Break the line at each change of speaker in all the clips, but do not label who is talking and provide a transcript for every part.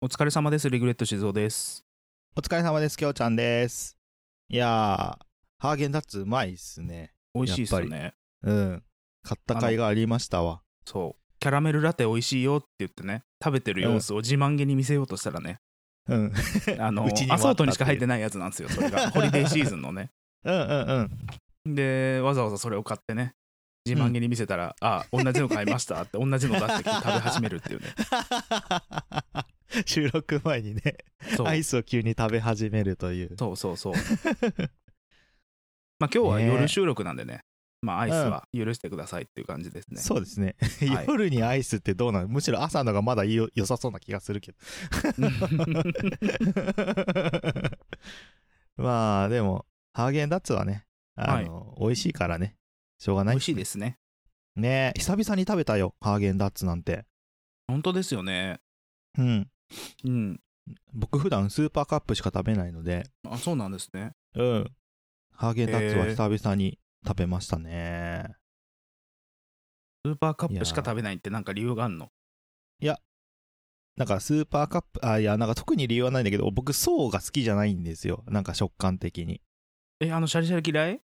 お疲れ様です。リグレット静雄です。
お疲れ様です、きょうちゃんです。いやー、ハーゲンダッツうまいっすね。
美味しいっすよね。
うん。買った甲斐がありましたわ。
そう。キャラメルラテ美味しいよって言ってね、食べてる様子を自慢げに見せようとしたらね、
うん。うん
あの
うちにもあ
ア
った
ソー
っていう
トにしか入ってないやつなんですよ、それ が。ホリデーシーズンのね。
うんうん。
で、わざわざそれを買ってね、自慢げに見せたら、あ、同じの買いましたって、同じの出してきて食べ始めるっていうね。
収録前にね、
そう
アイスを急に食べ始めるという。
そうそうそう。まあ今日は夜収録なんでね、まあアイスは許してくださいっていう感じですね。
そうですね、
はい
夜にアイスってどうなのむしろ朝のがまだいいよ良さそうな気がするけど。 まあ、でも、ハーゲンダッツはね、あの、美味しいからね、しょうがな
美
い
味しいですね。
ねえ久々に食べたよハーゲンダッツなんて
本当ですよね。
うん
うん。
僕普段スーパーカップしか食べないので
あ、そうなんですね。
うんハーゲンダッツ
へ
は久々に食べましたね、
スーパーカップしか食べないってなんか理由があるの
なんかスーパーカップあいやなんか特に理由はないんだけど僕層が好きじゃないんですよなんか食感的に
え、あの、シャリシャリ嫌い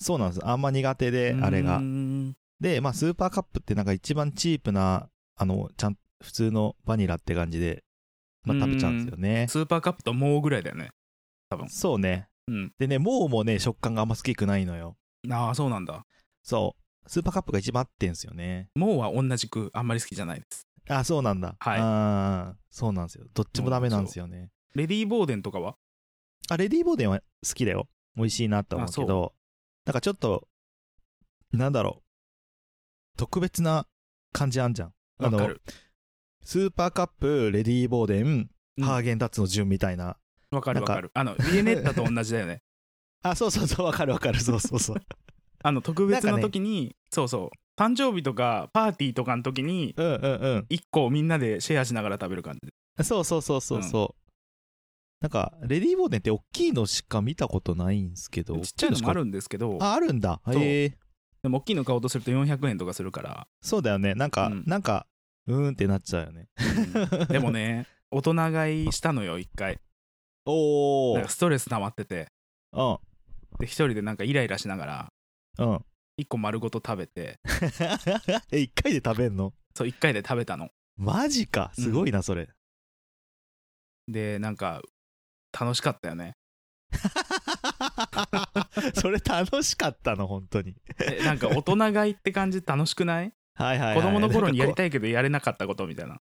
そうなんですあんま苦手であれ
うー
が
ん
でまあスーパーカップってなんか一番チープなあのちゃん普通のバニラって感じで、まあ、食べちゃうんですよね
スーパーカップともうぐらいだよね。
そうね
うん。
でねもうもね食感があんま好きくないのよ
ああ、そうなんだ。
そうスーパーカップが一番合ってんすよね
もうは同じくあんまり好きじゃないです。
あ、そうなんだ。
はい
あーそうなんですよ。どっちもダメなんですよね。
レディー・ボーデンとかは
あ、レディーボーデンは好きだよ。美味しいなと思うけ
あ
ど、なんかちょっと、なんだろう。特別な感じあんじゃん。あ
わか
の、
る。
スーパーカップ、レディーボーデン、
うん
ハーゲンダッツの順みたいな。
わかるわ
なんか
かる。あの、ビエネッタと同じだよ ね。
あ、そうそうそう、わかるわかる。そうそうそう。
あの、特別
な
なん
かね
時に、そうそう、誕生日とかパーティーとかの時に、
うんうんうん。
一個みんなでシェアしながら食べる感じ。
そうそうそうそうそう。なんか、レディーボーデンって大きいのしか見たことないんすけど。
ちっちゃいのもあ
る
るんですけど、
あ、あるんだ。
う
へえ。
でも大きいの買おうとすると400円とかするから。
そうだよね。なんか、
うん
なんか、うーんってなっちゃうよね。
うんでもね、大人買いしたのよ、一回。
お
なんかストレス溜まってて。
うん。
で一人でなんかイライラしながら
うん。
一個丸ごと食べて
え、一回で食べんの
そう一回で食べたの
マジか。すごいな、それ。
でなんか楽しかったよね
それ楽しかったの、本当に。
えなんか大人買いって感じ楽しくない
はいはい、はい。
子供の頃にやり
い。
たいけどやれなかったことみたいな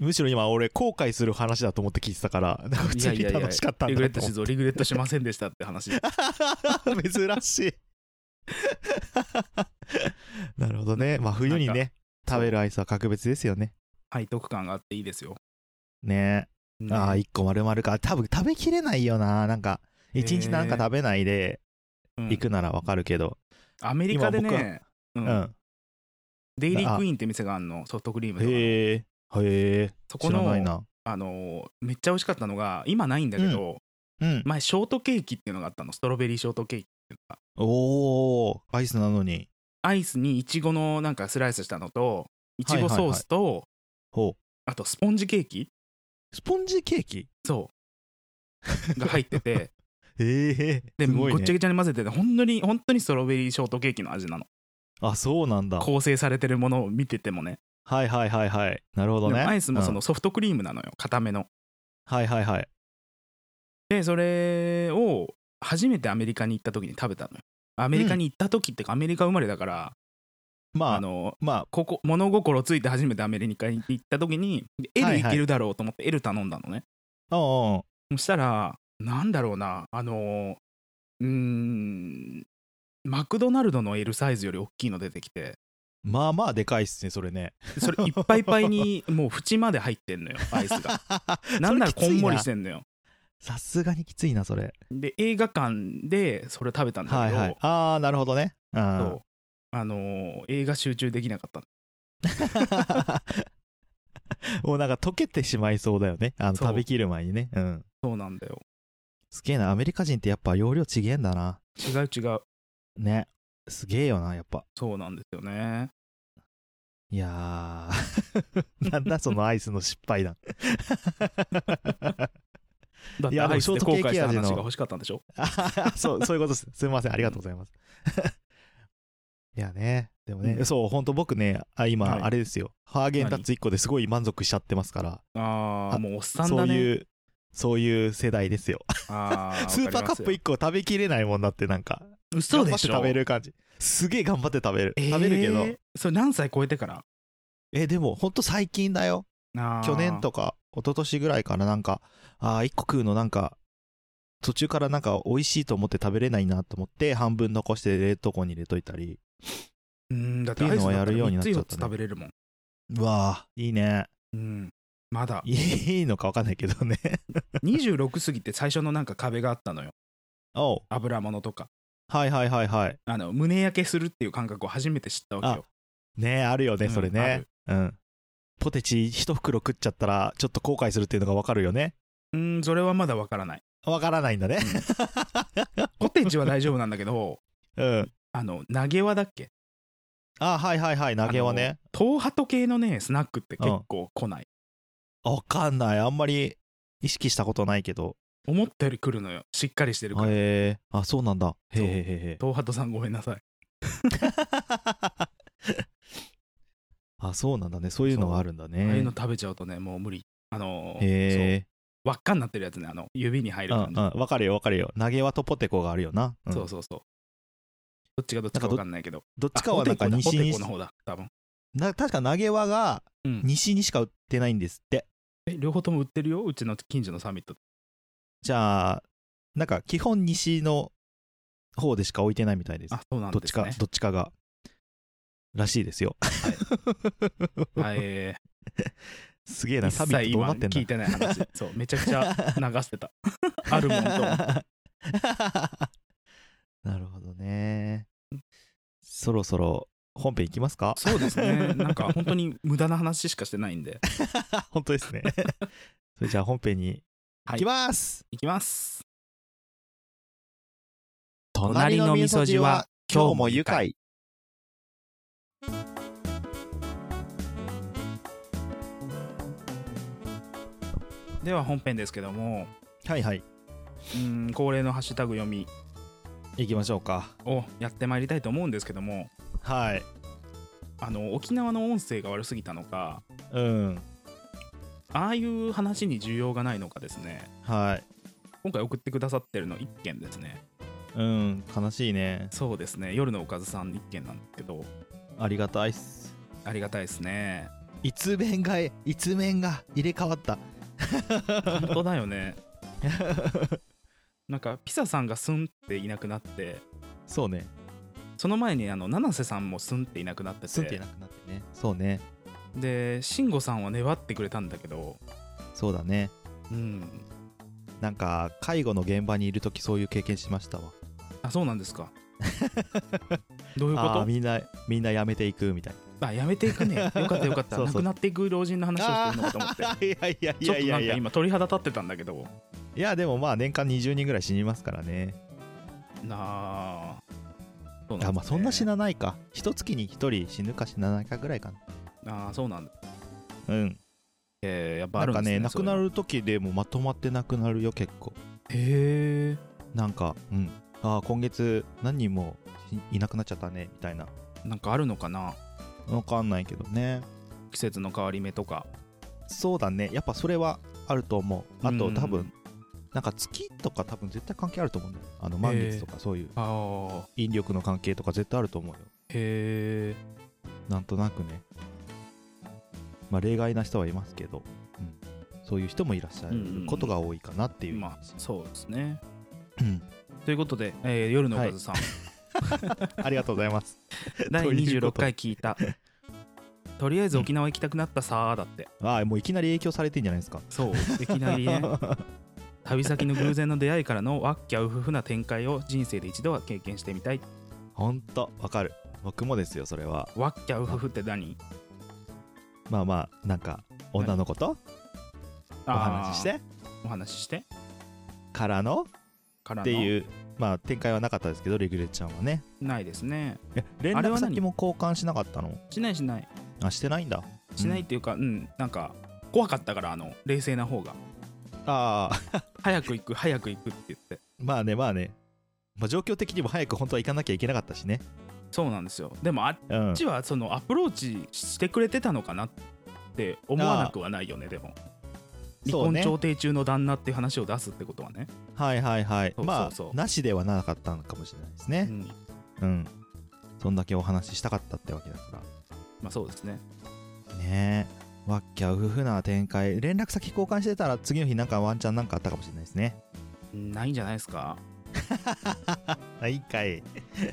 むしろ今、俺、後悔する話だと思って聞いてたから、なんか普通に楽しかったん
リグレ
だ
ット
と
し
思
ぞリグレットしませんでしたって話
う。 珍しい。なるほどね。まあ、冬に
な
ね、食べるアイスは格別ですよね。
背徳感があっていいですよ、
ね
うん
ああ、一個丸々か。多分食べきれないよな。なんか、一日なんか食べないで
うん
行くならわかるけど。
アメリカで
今
ね、う
うんん。
デイリークイーンって店があんのソフトクリームとかの
へえ。へえ。
そこ
知らない
の
な。
あのめっちゃ美味しかったのが今ないんだけど、
うん。
前ショートケーキっていうのがあったのストロベリーショートケーキっていうのが
おー、アイスなのに。
アイスにいちごのなんかスライスしたのといちごソースと、
ほ
あとスポンジケーキ
う。スポンジケーキ
そうが入って て
へえ。
で、
す
ご
ごい
っちゃ
ね。
ごちゃに混ぜてて本当に本当にストロベリーショートケーキの味なの
あ、そうなんだ。
構成されてるものを見ててもね
はいはいはいはい。なるほどね。
でもアイスもそうの
ん
ソフトクリームなのよ固めの
はいはいはい。
でそれを初めてアメリカに行った時に食べたのよアメリカに行った時ってかアメリカ生まれだから、
ま
あ
あ、
の
まあ、
ここ物心ついて初めてアメリカに行った時にで
はい
L
はい
いけるだろうと思って L 頼んだのね、
うんうん。
そしたら、なんだろうな、あのー、うーん、マクドナルドの L サイズより大きいの出てきて、
まあまあ、でかいっすね、それね。
それいっぱいいっぱいに、もう縁まで入ってん のよ、アイスが。なんならこんもりしてんのよ。
さすがにきついな、それ。
で、映画館でそれ食べたんだ
は
け
い
ど、
はい。あー、なるほどね。う
そ
ん
う。あのー映画集中できなかった。
もうなんか溶けてしまいそうだよね。あの
そう
食べきる前にね。うん。
そうなんだよ。
すげえな。アメリカ人ってやっぱ容量ちげえんだな。
違う違う。
ね。すげえよな、やっぱ。
そうなんですよね。
いやー、 なんだそのアイスの失敗談。
だっ
い
て
や
アイスで後悔した
ショートケーキ味
話
の
が欲しかったんでしょ
あそう、そういうことです。すみません。ありがとうございます。 いやね、でもね、
うん
そう、ほんと僕ね、あ今、
はい
あれですよ。ハーゲンダッツ1個ですごい満足しちゃってますから、
ああ
あ
もうおっさん
そ
だ
う
ね
いう、そういう世代ですよ。
あー
スーパーカップ1個食べきれないもんだって、なんか、
嘘でしょ
頑張って食べる感じ。すげえ頑張って食べる。食べるけ
え
ど
ー、それ何歳超えてから
え、でも、ほんと最近だよ。去年とか一昨年ぐらいからなんかあ1個食うのなんか途中からなんか美味しいと思って食べれないなと思って半分残して冷凍庫に入れといたり
うんだってアイス
っていうのを
や
や
るよ
るよ
う
う
に
に
な
な
っ
っ
ち
ち
ゃ
ゃ
っ、
ったた
ね、
ね
つ食べれるもん、
うわーいいね
うん、まだ
いいのか分かんないけどね
26過ぎて最初のなんか壁があったのよ
おう
油物とか
はいはいはいはい
あの胸焼けするっていう感覚を初めて知ったわけよ
ねあるよ
う
ね
ん
それ
あ
ね
る
うんポテチ一袋食っちゃったらちょっと後悔するっていうのが分かるよね
うんそれはまだわからない
分からないんだね
ポテチは大丈夫なんだけど
うん
あの投げ輪だっけ
あはいはいはい投げはね
あの東ハト系のねスナックって結構来ない、
分かんないあんまり意識したことないけど
思ったより来るのよしっかりしてるから
へえあそうなんだへえへえへえ
東ハトさんごめんなさい
あそうなんだねそういうのがあるんだ
ああいうの
ね
食べちゃうとねもう無理あの
へえ
そう輪っかになってるやつねあの指に入る
うんう
感じ、
んわかるよわかるよ投げ輪とポテコがあるよな、ん
そうそうそうどっちがどっちかわかんないけど
どっ
あ
ちかはなんか
ポテコだ
西
ポテ
に
コの方だ多分
な確か投げ輪が
うん
西にしか売ってないんですって、
え両方とも売ってるようちの近所のサミット
じゃあなんか基本西の方でしか置いてないみたいです
あそうなん
どっ
で
ち
す
か
ね
どっちかがらしいですよ、
はいえ
すげえ
ー
な
一
サビッ
切
トどう
今
なってんだ
聞いてない話 そうめちゃくちゃ流してた あるもんと思って
なるほどね。そろそろ本編いきますか
そうですねなんか本当に無駄な話しかしてないんで
本当ですね。 それじゃあ本編に
はい
行きます、
いきます
快。
では本編ですけども
はいはい。
うん恒例のハッシュタグ読み
行きましょうか。
をやってまいりたいと思うんですけども
はい。
あの沖縄の音声が悪すぎたのか
うん。
ああいう話に需要がないのかですね
はい。
今回送ってくださってるの1件ですね
うん。悲しいね。
そうですね夜のおかずさん1件なんですけど
ありがたいっす。
ありがたいですね
一面が、一面が入れ替わった。
本当だよね なんかピサさんがスンっていなくなって
そうね。
その前にあの七瀬さんもスンっていなくなってて
すんっていなくなってね。そうね。
で慎吾さんは粘ってくれたんだけど
そうだね。
うん
なんか介護の現場にいる時そういう経験しましたわ
あそうなんです かどういうこ
あー
と
みんなみんな辞めていくみたい
あやめていくねよかったよかった
そうそ
なく
う
なっていく老人の話をしてるのかと思って
ないやいやい
ちょっ
や
とな
いや
ん
い
か
や
今鳥肌立ってたんだけど
いやでもまあ年間20人ぐらい死にますからね
なあそ
あまあそんな死
い
なないか一月に一人死ぬか死なないかぐらいかな
あーそうなんだ
うん
えー、やっぱ
な
ある
ん
んで
か
すね
ね亡くな
そういう
る時でもまとまって亡くなるよ結構
のへえ
なんかうんあー今月何人もいいなくなっちゃったねみたいな
なんかあるのかな
わかんないけどね
季節の変わり目とか
そうだねやっぱそれはあると思うあ
う
と
ん
多分なんか月とか多分絶対関係あると思うんだよあの満月とかそういう
あー
引力の関係とか絶対あると思うよ
へえ
なんとなくねまあ例外な人はいますけど、うんそういう人もいらっしゃることが多いかなっていう、
まあそうですね
うん
ということで、えー夜のおかず さん、
ありがとうございます
第
というこ
26
と
回聞いたとりあえず沖縄行きたくなったさーだって
ああもういきなり影響されてんじゃないですか
そういきなりね旅先の偶然の出会いからのワッキャウフフな展開を人生で一度は経験してみたい
ほんとわかる僕もですよそれは
ワッキャウフフって何
まあまあなんか女の子とお話しし
あー
て
お話しして
からの
からの
っていうまあ展開はなかったですけどレギュレちゃんはね
ないですね
え連
あれは
絡
何
先も交換しなかったの
しないしない
あしてないんだ
しないっていうかうん、なんか怖かったからあの冷静な方が
ああ
早く行く早く行くって言って
まあねまあね、まあ、状況的にも早く本当は行かなきゃいけなかったしね
そうなんですよでもあっ
うん
ちはそのアプローチしてくれてたのかなって思わなくはないよねでも離
そう
婚
ね
調停中の旦那っていう話を出すってことはね
はいはいはい
そう
まあ
そうそう
なしではなかったのかもしれないです
う
ね
ん
うん、そんだけお話ししたかったってわけだか
まあそうですね
らねえわっきゃうふふな展開連絡先交換してたら次の日なんかワンチャンなんかあったかもしれないですね
ないんじゃないですか
はいかい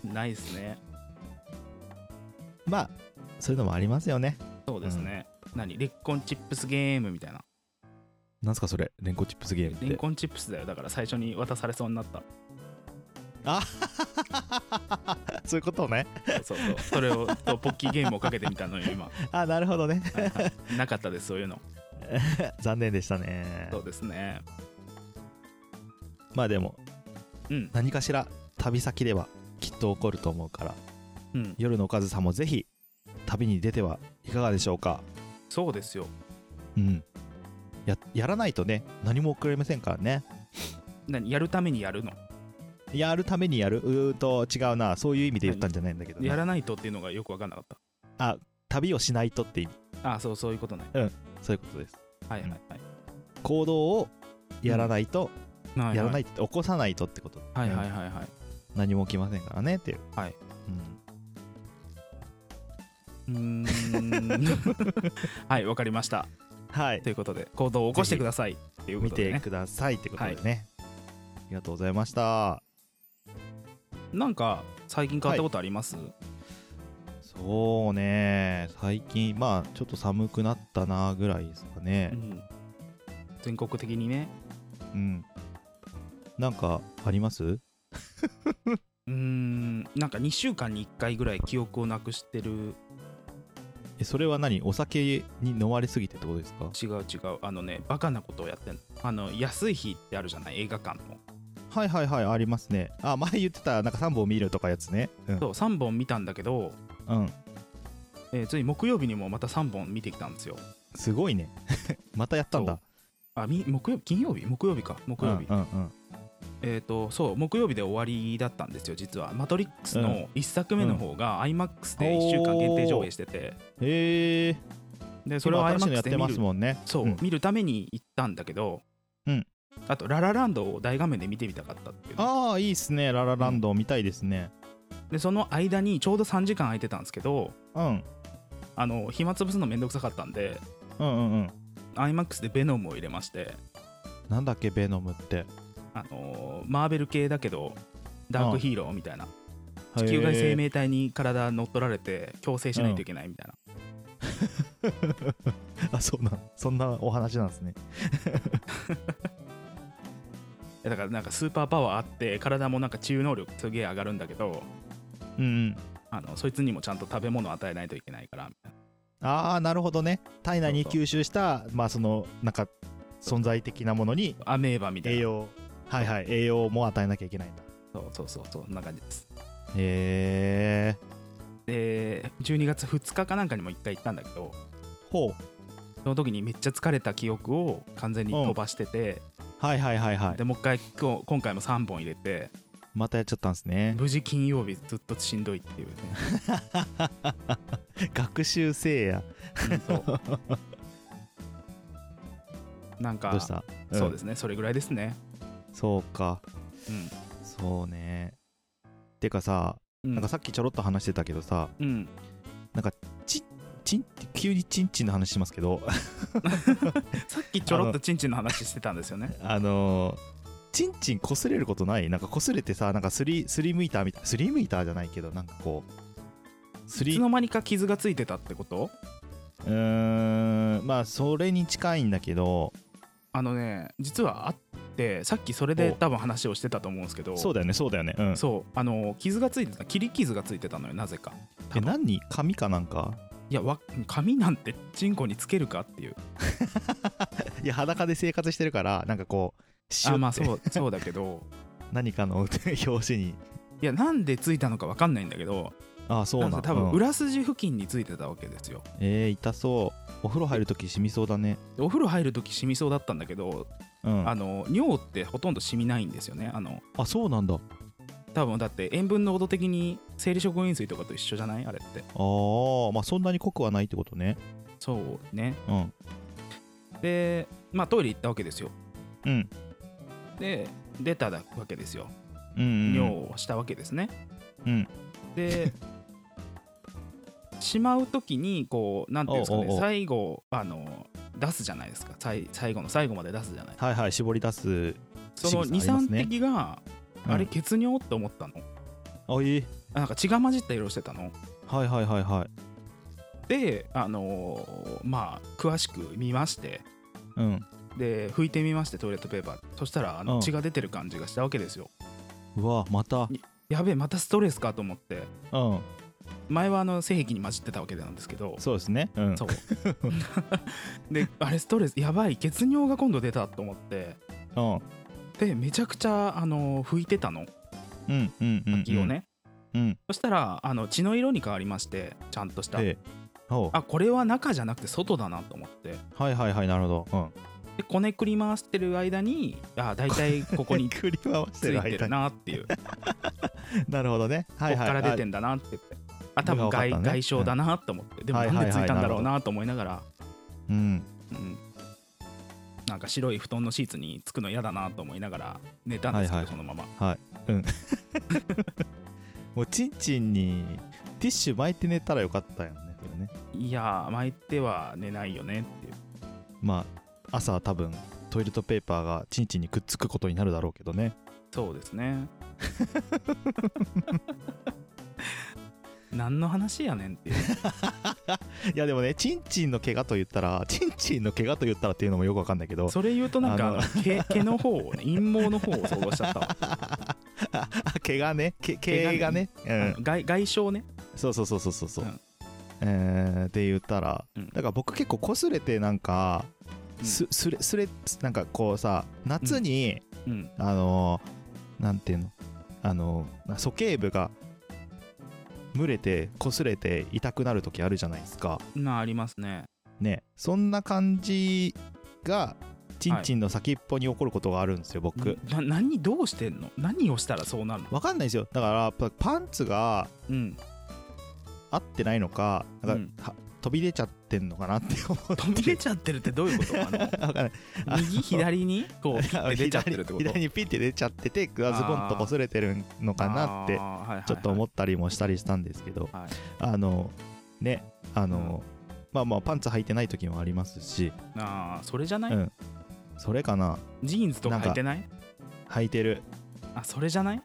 ないですね
まあそういうのもありますよね
そうですね、何レッコンチップスゲームみたいな
なんすかそれレンコチップスゲーム
レン
って
コンチップスだよだから最初に渡されそうになった
そういうことね
そうそうそれをとポッキーゲームをかけてみたのよ 今、は
あなるほどね
いはいなかったですそういうの
残念でしたね
そうですね
まあでも
うん
何かしら旅先ではきっと起こると思うから
うん
夜のおかずさんもぜひ旅に出てはいかがでしょうか
そうですよ
うんややらないとね何も送れませんからね
何やるためにやるの
やるためにやるうーんと違うなそういう意味で言ったんじゃないんだけどね、
やらないとっていうのがよく分かんなかっ
旅をしないとって意味
たああそうそういうことね
そういうことです
はいはいはい
行動をやらないと、
は
やらないいと起こさないとってこと、
はいはいは
う
い
ん
はいはい
何も起きませんからねっていう
はい、
うん
うーん はいわかりました
はい
ということで行動を起こしてくださいっていうこ
見
とで、ね、
てくださいってことでね、ありがとうございました
なんか最近買ったことあります、
そうね最近まあちょっと寒くなったなぐらいですかね
うん全国的にね
うん、なんかあります
うーんなんか2週間に1回ぐらい記憶をなくしてる
えそれは何お酒に飲まれすぎてってことですか
違う違うあのねバカなことをやってんのあの安い日ってあるじゃない映画館の
はいはいはいありますねあ前言ってたなんか3本見るとかやつねうん
そう3本見たんだけど、
うん
えーつい木曜日にもまた3本見てきたんですよ
すごいね またやったんだ
あみ木曜日金曜日木曜日か木曜日、
うんうんうん
えっ、とそう木曜日で終わりだったんですよ実は「マトリックス」の1作目の方が IMAX で1週間限定上映してて、
へえ
でそ
そ
れ
れ
を
は新しいのや
IMAX
っ
で
て
見
ま
る
すもんね
そう、
ん
見るために行ったんだけど、
うん
あと「ララランド」を大画面で見てみたかったっていうね
ああいいっすねララランド見たいですね
でその間にちょうど3時間空いてたんですけど
うん、うん、
あの暇つぶすのめんどくさかったんで
うんうん
IMAX でベノムを入れまして、
なんだっけベノムって
あのーマーベル系だけどダークヒーローみたいな地球
へ
外
ー
生命体に体乗っ取られて強制しないといけないみたいな、
あそうなんそんなお話なんですね
えだからなんかスーパーパワーあって体もなんか治癒能力すげえ上がるんだけど
うんうん
あのそいつにもちゃんと食べ物与えないといけないからみたいな
ああなるほどね体内に
そうそう
吸収したまあそのなんか存在的なものに
アメーバみたい
栄
な
養はいはい栄養も与えなきゃいけないんだ
そうそうそうそうそんな感じです
へえ
で12月2日かなんかにも1回行ったんだけど
ほう
その時にめっちゃ疲れた記憶を完全に飛ばしてて、
はいはいはいはい
でもう一回こう今回も3本入れて
またやっちゃったんですね
無事金曜日ずっとしんどい っていうね
学習せいや
うんそうなんか
どうした、
そうですすねそれぐらいですね
そうか
うん
そうねてかさ
うん
なんかさっきちょろっと話してたけどさ
うん
チンって急にチンチンの話しますけど
さっきちょろっとチンチンの話してたんですよね
あのーチンチン擦れることないなんか擦れてさなんかすりすりむいたみたいすりむいたじゃないけどなんかこうす
い
り
つの間にか傷がついてたってこと
うーんまあそれに近いんだけど
あのね実はあってさっきそれで多分話をしてたと思うんですけど
そうだよねそうだよねうん
そうあの傷がついてた切り傷がついてたのよなぜか
え何紙かなんか
いやわ紙なんてチンコにつけるかっていう
いや裸で生活してるからなんかこうシュッ
あまあ
て
そうそう だけど
何かの表紙に
いやなんでついたのかわかんないんだけど
ああそうなん
なん
だ
ですよ多分
うん
裏筋付近についてたわけですよ
えー、痛そうお風呂入るとき染みそうだね
お風呂入る時染みそうだったんだけど、
うん
あ
あ
の尿ってほとんど染みないんですよねあの
そうなんだ
多分だって塩分濃度的に生理食塩水とかと一緒じゃないあれって
あーまあそんなに濃くはないってことね
そうね
うん
でまあトイレ行ったわけですよ
うん
で出たわけですよ
うんうん
尿をしたわけですね、
うん
でしまう時にこうなんていうんですかね
おうおうおう
最後あの出すじゃないですか最最後の最後まで出すじゃない
はいはい絞り出す
その
仕草あります
23
ね
滴が
うん
あれ血尿って思ったの、
あいい
なんか血が混じった色してたの
はいはいはいはい
であのーまあ詳しく見まして
うん
で拭いてみましてトイレットペーパーそしたらあ
う
の
ん
血が出てる感じがしたわけですよ、
うわまた
やべえまたストレスかと思って
うん
前はあの性癖に混じってたわけなんですけど
そうですねうん
そうであれストレスやばい血尿が今度出たと思って
うん
でめちゃくちゃあの拭いてたの
うんうんうん
気をね、
うん
そしたらあの血の色に変わりましてちゃんとした、
でおう
あこれは中じゃなくて外だなと思って
はいはいはいなるほどうん
でこねくり回してる間にあ大体こ こに
繰り回し
つ
てる
いて
間
る
に
なっていう
なるほどね はい
こ
はい
っから出て
あ
んだなって言ってあ多分
分かった
外,、
ね
外傷だなと思って、でも
はい
な
はい
んで
はい
ついたんだろうなと思いながら、
うん
うん、なんか白い布団のシーツにつくの嫌だなと思いながら寝たんですけど、
はいはい
そのまま
もうちんちんにティッシュ巻いて寝たらよかったよねそれね
いやー巻いては寝ないよねっていう
まあ朝は多分トイレットペーパーがちんちんにくっつくことになるだろうけどね
そうですね 何の話やねんっていう
いやでもねちんちんの怪我と言ったらちんちんの怪我と言ったらっていうのもよくわかんないけど
それ言うとなんか
あの
あの 毛毛の方をね陰毛の方を想像しちゃったわ
ああ怪我ねけ
怪
怪
我
我
ね
ね
あ
うん
の外外傷ね
そうそうそうそうそうそう、
うん
えー、で言ったら、
うん
だから僕結構擦れてなんか、
うん
すすれすれなんかこうさ夏に、
うん
あのーなんていうのあのー鼠径部が蒸れて擦れて痛くなる時あるじゃないですか
なありますね
ねそんな感じがちんちんの先っぽに起こることがあるんですよ、僕
な何どうしてんの何をしたらそうなるの
わかんないですよだからパパンツが
うん
合ってないのかなんか、は飛び出ちゃってんのかなって思 って
飛び出ちゃってるってどういうことあの
わかんない あの
右左にこう ピッて出ちゃってるってこと
左左にピッて出ちゃっててズボンと擦れてるのかなってちょっと思
っ
ったりもしたりしたんですけど
はい
あのねあの、まあまあパンツ履いてない時もありますし
あーそれじゃない、
うんそれかな
ジーンズとか履いてない
履いてる
あそれじゃない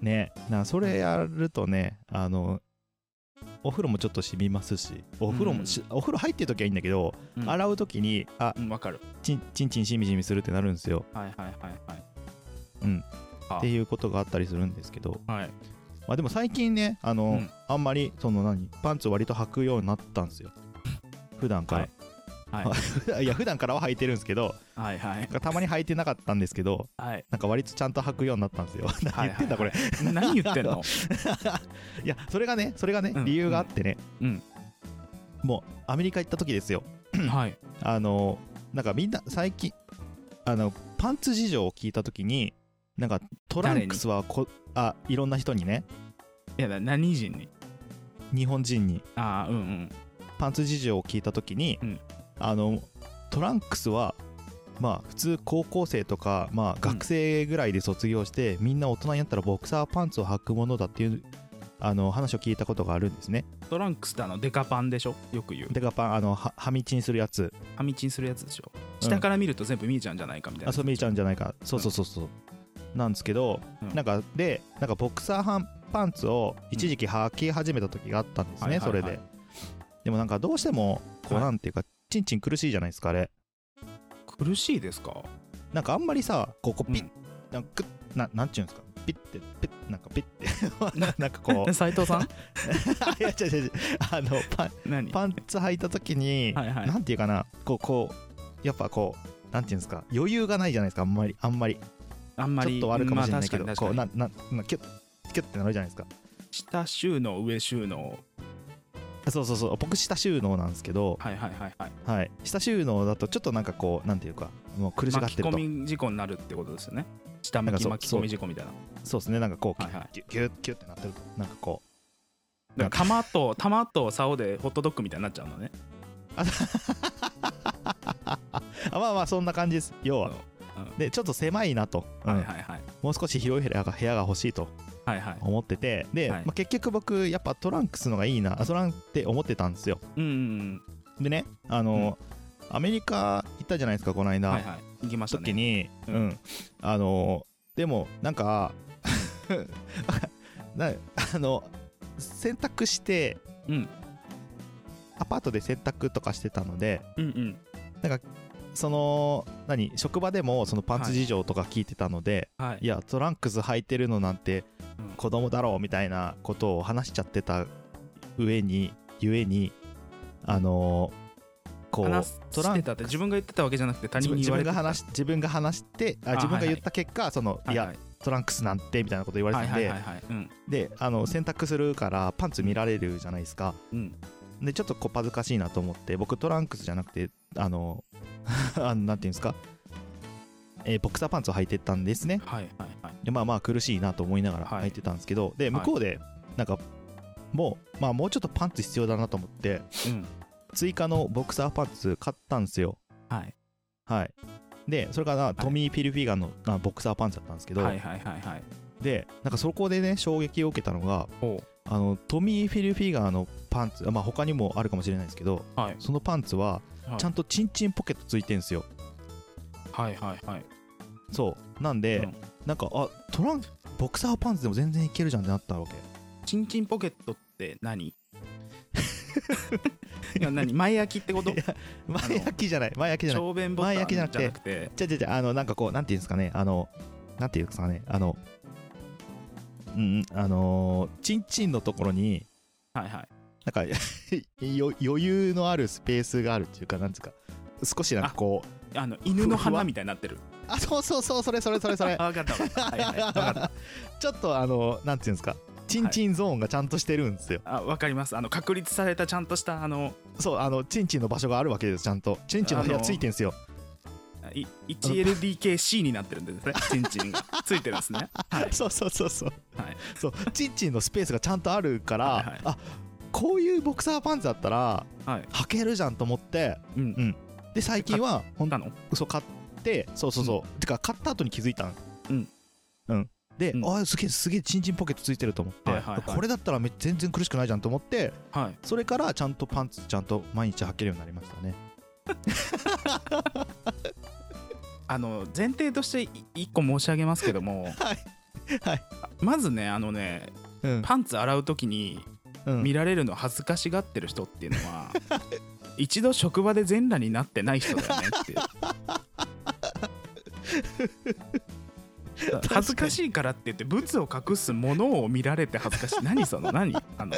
ねなそれやるとねあのお風呂もちょっと染みますしお風呂もし、お風呂入ってる時はいいんだけど、
うん
洗う時にあ
うんわかる
ちんちんちんしみじみするってなるんですよ
はいはいはいはいあ
っていうことがあったりするんですけど
はい
まあでも最近ねあの、
うん
あんまりその何パンツを割と履くようになったんですよ 普段から、
はいは
いや普段からは履いてるんですけど
はいはい
たまに履いてなかったんですけど
はい
なんか割とちゃんと履くようになったんですよ 何言ってんだこれ、
何言ってん の
いやそれがねそれがね、
うん
理由があってね、
うん
もうアメリカ行った時ですよ
はい
あのなんかみんな最近あのパンツ事情を聞いた時になんかトランクスはこあいろんな人にね
いやだ何人に
日本人に
ああうんうん
パンツ事情を聞いた時に、
うん
あのトランクスはまあ普通高校生とか、まあ、学生ぐらいで卒業して、みんな大人になったらボクサーパンツを履くものだっていうあの話を聞いたことがあるんですね
トランクスってあのデカパンでしょよく言う
でかパンあのははみちにするやつ
はみちんするやつでしょ下から見ると全部見えちゃうんじゃないかみたいな
遊びちゃうんじゃないかそうそうそうそう、なんですけど、
うん
なんかでなんかボクサーハンパンツを一時期履き始めた時があったんですね、
はいはい
そ
はい
れででもなんかどうしてもこう
はい
なんていうか、ちんちん苦しいじゃないですかあれ
苦しいですか
なんかあんまりさこうこうピッ、
うん
なんかグッななんちゅうんですかピッてピッなんかピッてな なんかこう
斉藤 さん
いや違う違う違うあの パン
何
パンツ履いた時に、
はいはい
なんていうかなこうこうやっぱこうなんていうんですか余裕がないじゃないですかあんまりあんまり
あんま
ちょ
り
っとあるかもしれないけど、
まあ、確
こ
か
う
に確か
なななキュッキュッってなるじゃないですか
に下収納上収納
そうそうそう僕下収納なんですけど、
はいはいはいはい
はい、下収納だとちょっとなんかこうなんていうかもう苦しがっ
巻き
てると
込み事故になるってことですよね下向
なんか
き
そう
巻き込み事故みたいな
そうですねなんかこう、
はいはい
ギュッギュッギュッってなってるとなんかこう
だから玉と玉と竿でホットドッグみたいになっちゃうのね
あまあまあそんな感じです要は、
うん
でちょっと狭いなと、うん
はいはいはい
もう少し広い部屋が部屋が欲しいと
はいはい
思っててで、
はい
まあ、結局僕やっぱトランクスのがいいなあトランって思ってたんですよ
うんうん
でねあの、アメリカ行ったじゃないですかこの
うん
間、
はいはい行きましたね
時に、
う
うんん、あのでもなんか なあの洗濯して、
うん
アパートで洗濯とかしてたので
うんうん
その何職場でもそのパン
は
ツ
い
事情とか聞いてたので、
はい
い、やトランクス履いてるのなんて
うん
子供だろうみたいなことを話しちゃってた上にゆえにあのこう
話
トラ
し
ン
てたって自分が言ってたわけじゃなくて他
自
人
分
に
自
言われ
分
て
が
た
話し自分が話してあ
あ
自分
はいは
が
い
言った結果、その、い、やトランクスなんてみたいなこと言われ
は
て
いはい
たんで、
はいはいはいうん
であの洗濯するからパンツ見られるじゃないですか
うん
でちょっとこう恥ずかしいなと思って僕トランクスじゃなくてあの あのなんていうんですか、えーボクサーパンツを履いてったんですね
はいはいはい
でまあまあ苦しいなと思いながら
はい
履いてたんですけど、で
はい
向こうでなんかもうまあもうちょっとパンツ必要だなと思って
うん
追加のボクサーパンツ買ったんですよ
はい
はいでそれからトミー・ピルフィガーの、あボクサーパンツだったんですけど、
はいはいはいはい
でなんかそこでね衝撃を受けたのが
おう
あのトミー・フィルフィガーのパンツあまあ他にもあるかもしれないですけど
はい
そのパンツは
はい
ちゃんとチンチンポケットついてんすよ、
はいはいはい
そうなんで、
うん
なんかあトランボクサーパンツでも全然いけるじゃんってなったわけ
チンチンポケットって何 いや何前焼きってこと
いや前焼きじゃない前焼きじゃない
小便ボタン
前
じ
焼きじ
ゃ
ゃ
な
な
く
く
て
てじゃじゃじゃあのなんかこうなんていうんですかねあのなんていうんですかねあのうんうんあのーチンチンのところに
はいはい
なんか よ余裕のあるスペースがあるっていうかなんですか少しなんかこう
あの犬の
ふわ
鼻みたいになってる
あそうそうそうそれそれそれそれ
あ分かった分かったはいはい分かった
ちょっとあのなんていうんですかチンチンゾーンがちゃんとしてるんですよ、
あ分かりますあの確立されたちゃんとしたあの
そうあのチンチンの場所があるわけですちゃんとチンチンの部
あ
屋
の
ついてんすよ
い 1LDKC になってるんですねチンチンがついてるんですねはい
そうそうそうそう,、
はい
そうチンチンのスペースがちゃんとあるから、
はいはい
あこういうボクサーパンツだったら
はい
履けるじゃんと思って
うん
で最近はほん
なの
そう買ってそうそうそう、てか買った後に気づいたの
うん
うんで、
うん
あすげえすげえチンチンポケットついてると思って、
はいはいはい
これだったらめ全然苦しくないじゃんと思って
はい
それからちゃんとパンツちゃんと毎日履けるようになりましたね
あの前提として1個申し上げますけども
はいはい
まずねあのね
うん
パンツ洗う時に
うん
見られるの恥ずかしがってる人っていうの は一度職場で全裸になってない人だよねっていう
に
恥ずかしいからって言ってブツを隠すものを見られて恥ずかしい何その何あの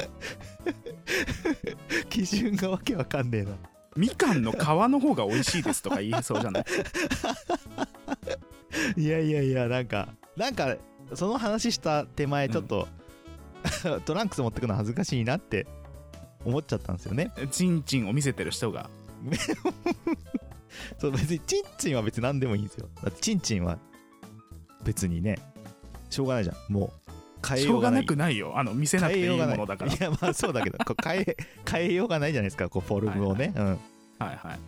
基準がわけわかんねえな
みかんの皮の方が美味しいですとか言えそうじゃない
いやいやいやなんかなんかその話した手前ちょっと、 トランクス持ってくの恥ずかしいなって思っちゃったんですよね
チンチンを見せてる人が
そう別にチンチンは別に何でもいいんですよだってチンチンは別にねしょうがないじゃんもう変え
し
よ
ょ
う
うが
がない
なくないよあの見せなくていいものだから
いやまあそうだけどこう 変え変えようがないじゃないですかこうフォルムをね、うん
はいはい、